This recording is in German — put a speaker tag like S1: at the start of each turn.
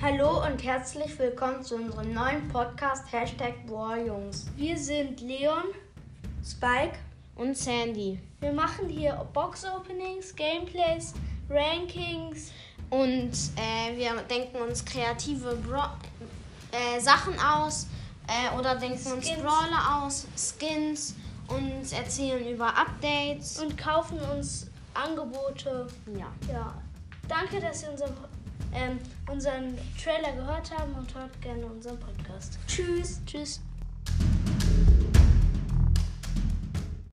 S1: Hallo und herzlich willkommen zu unserem neuen Podcast Hashtag Bohrjungs.
S2: Wir sind Leon
S1: Spike,
S3: und Sandy.
S2: Wir machen hier Box-Openings, Gameplays, Rankings.
S3: Und äh, wir denken uns kreative Bra äh, Sachen aus äh, oder denken uns
S2: Skins.
S3: Brawler aus, Skins und erzählen über Updates.
S2: und kaufen uns Angebote.
S3: ja.
S2: Ja, danke, dass ihr unseren, ähm, unseren Trailer gehört haben und hört gerne unseren Podcast.
S1: tschüss.
S2: Tschüss.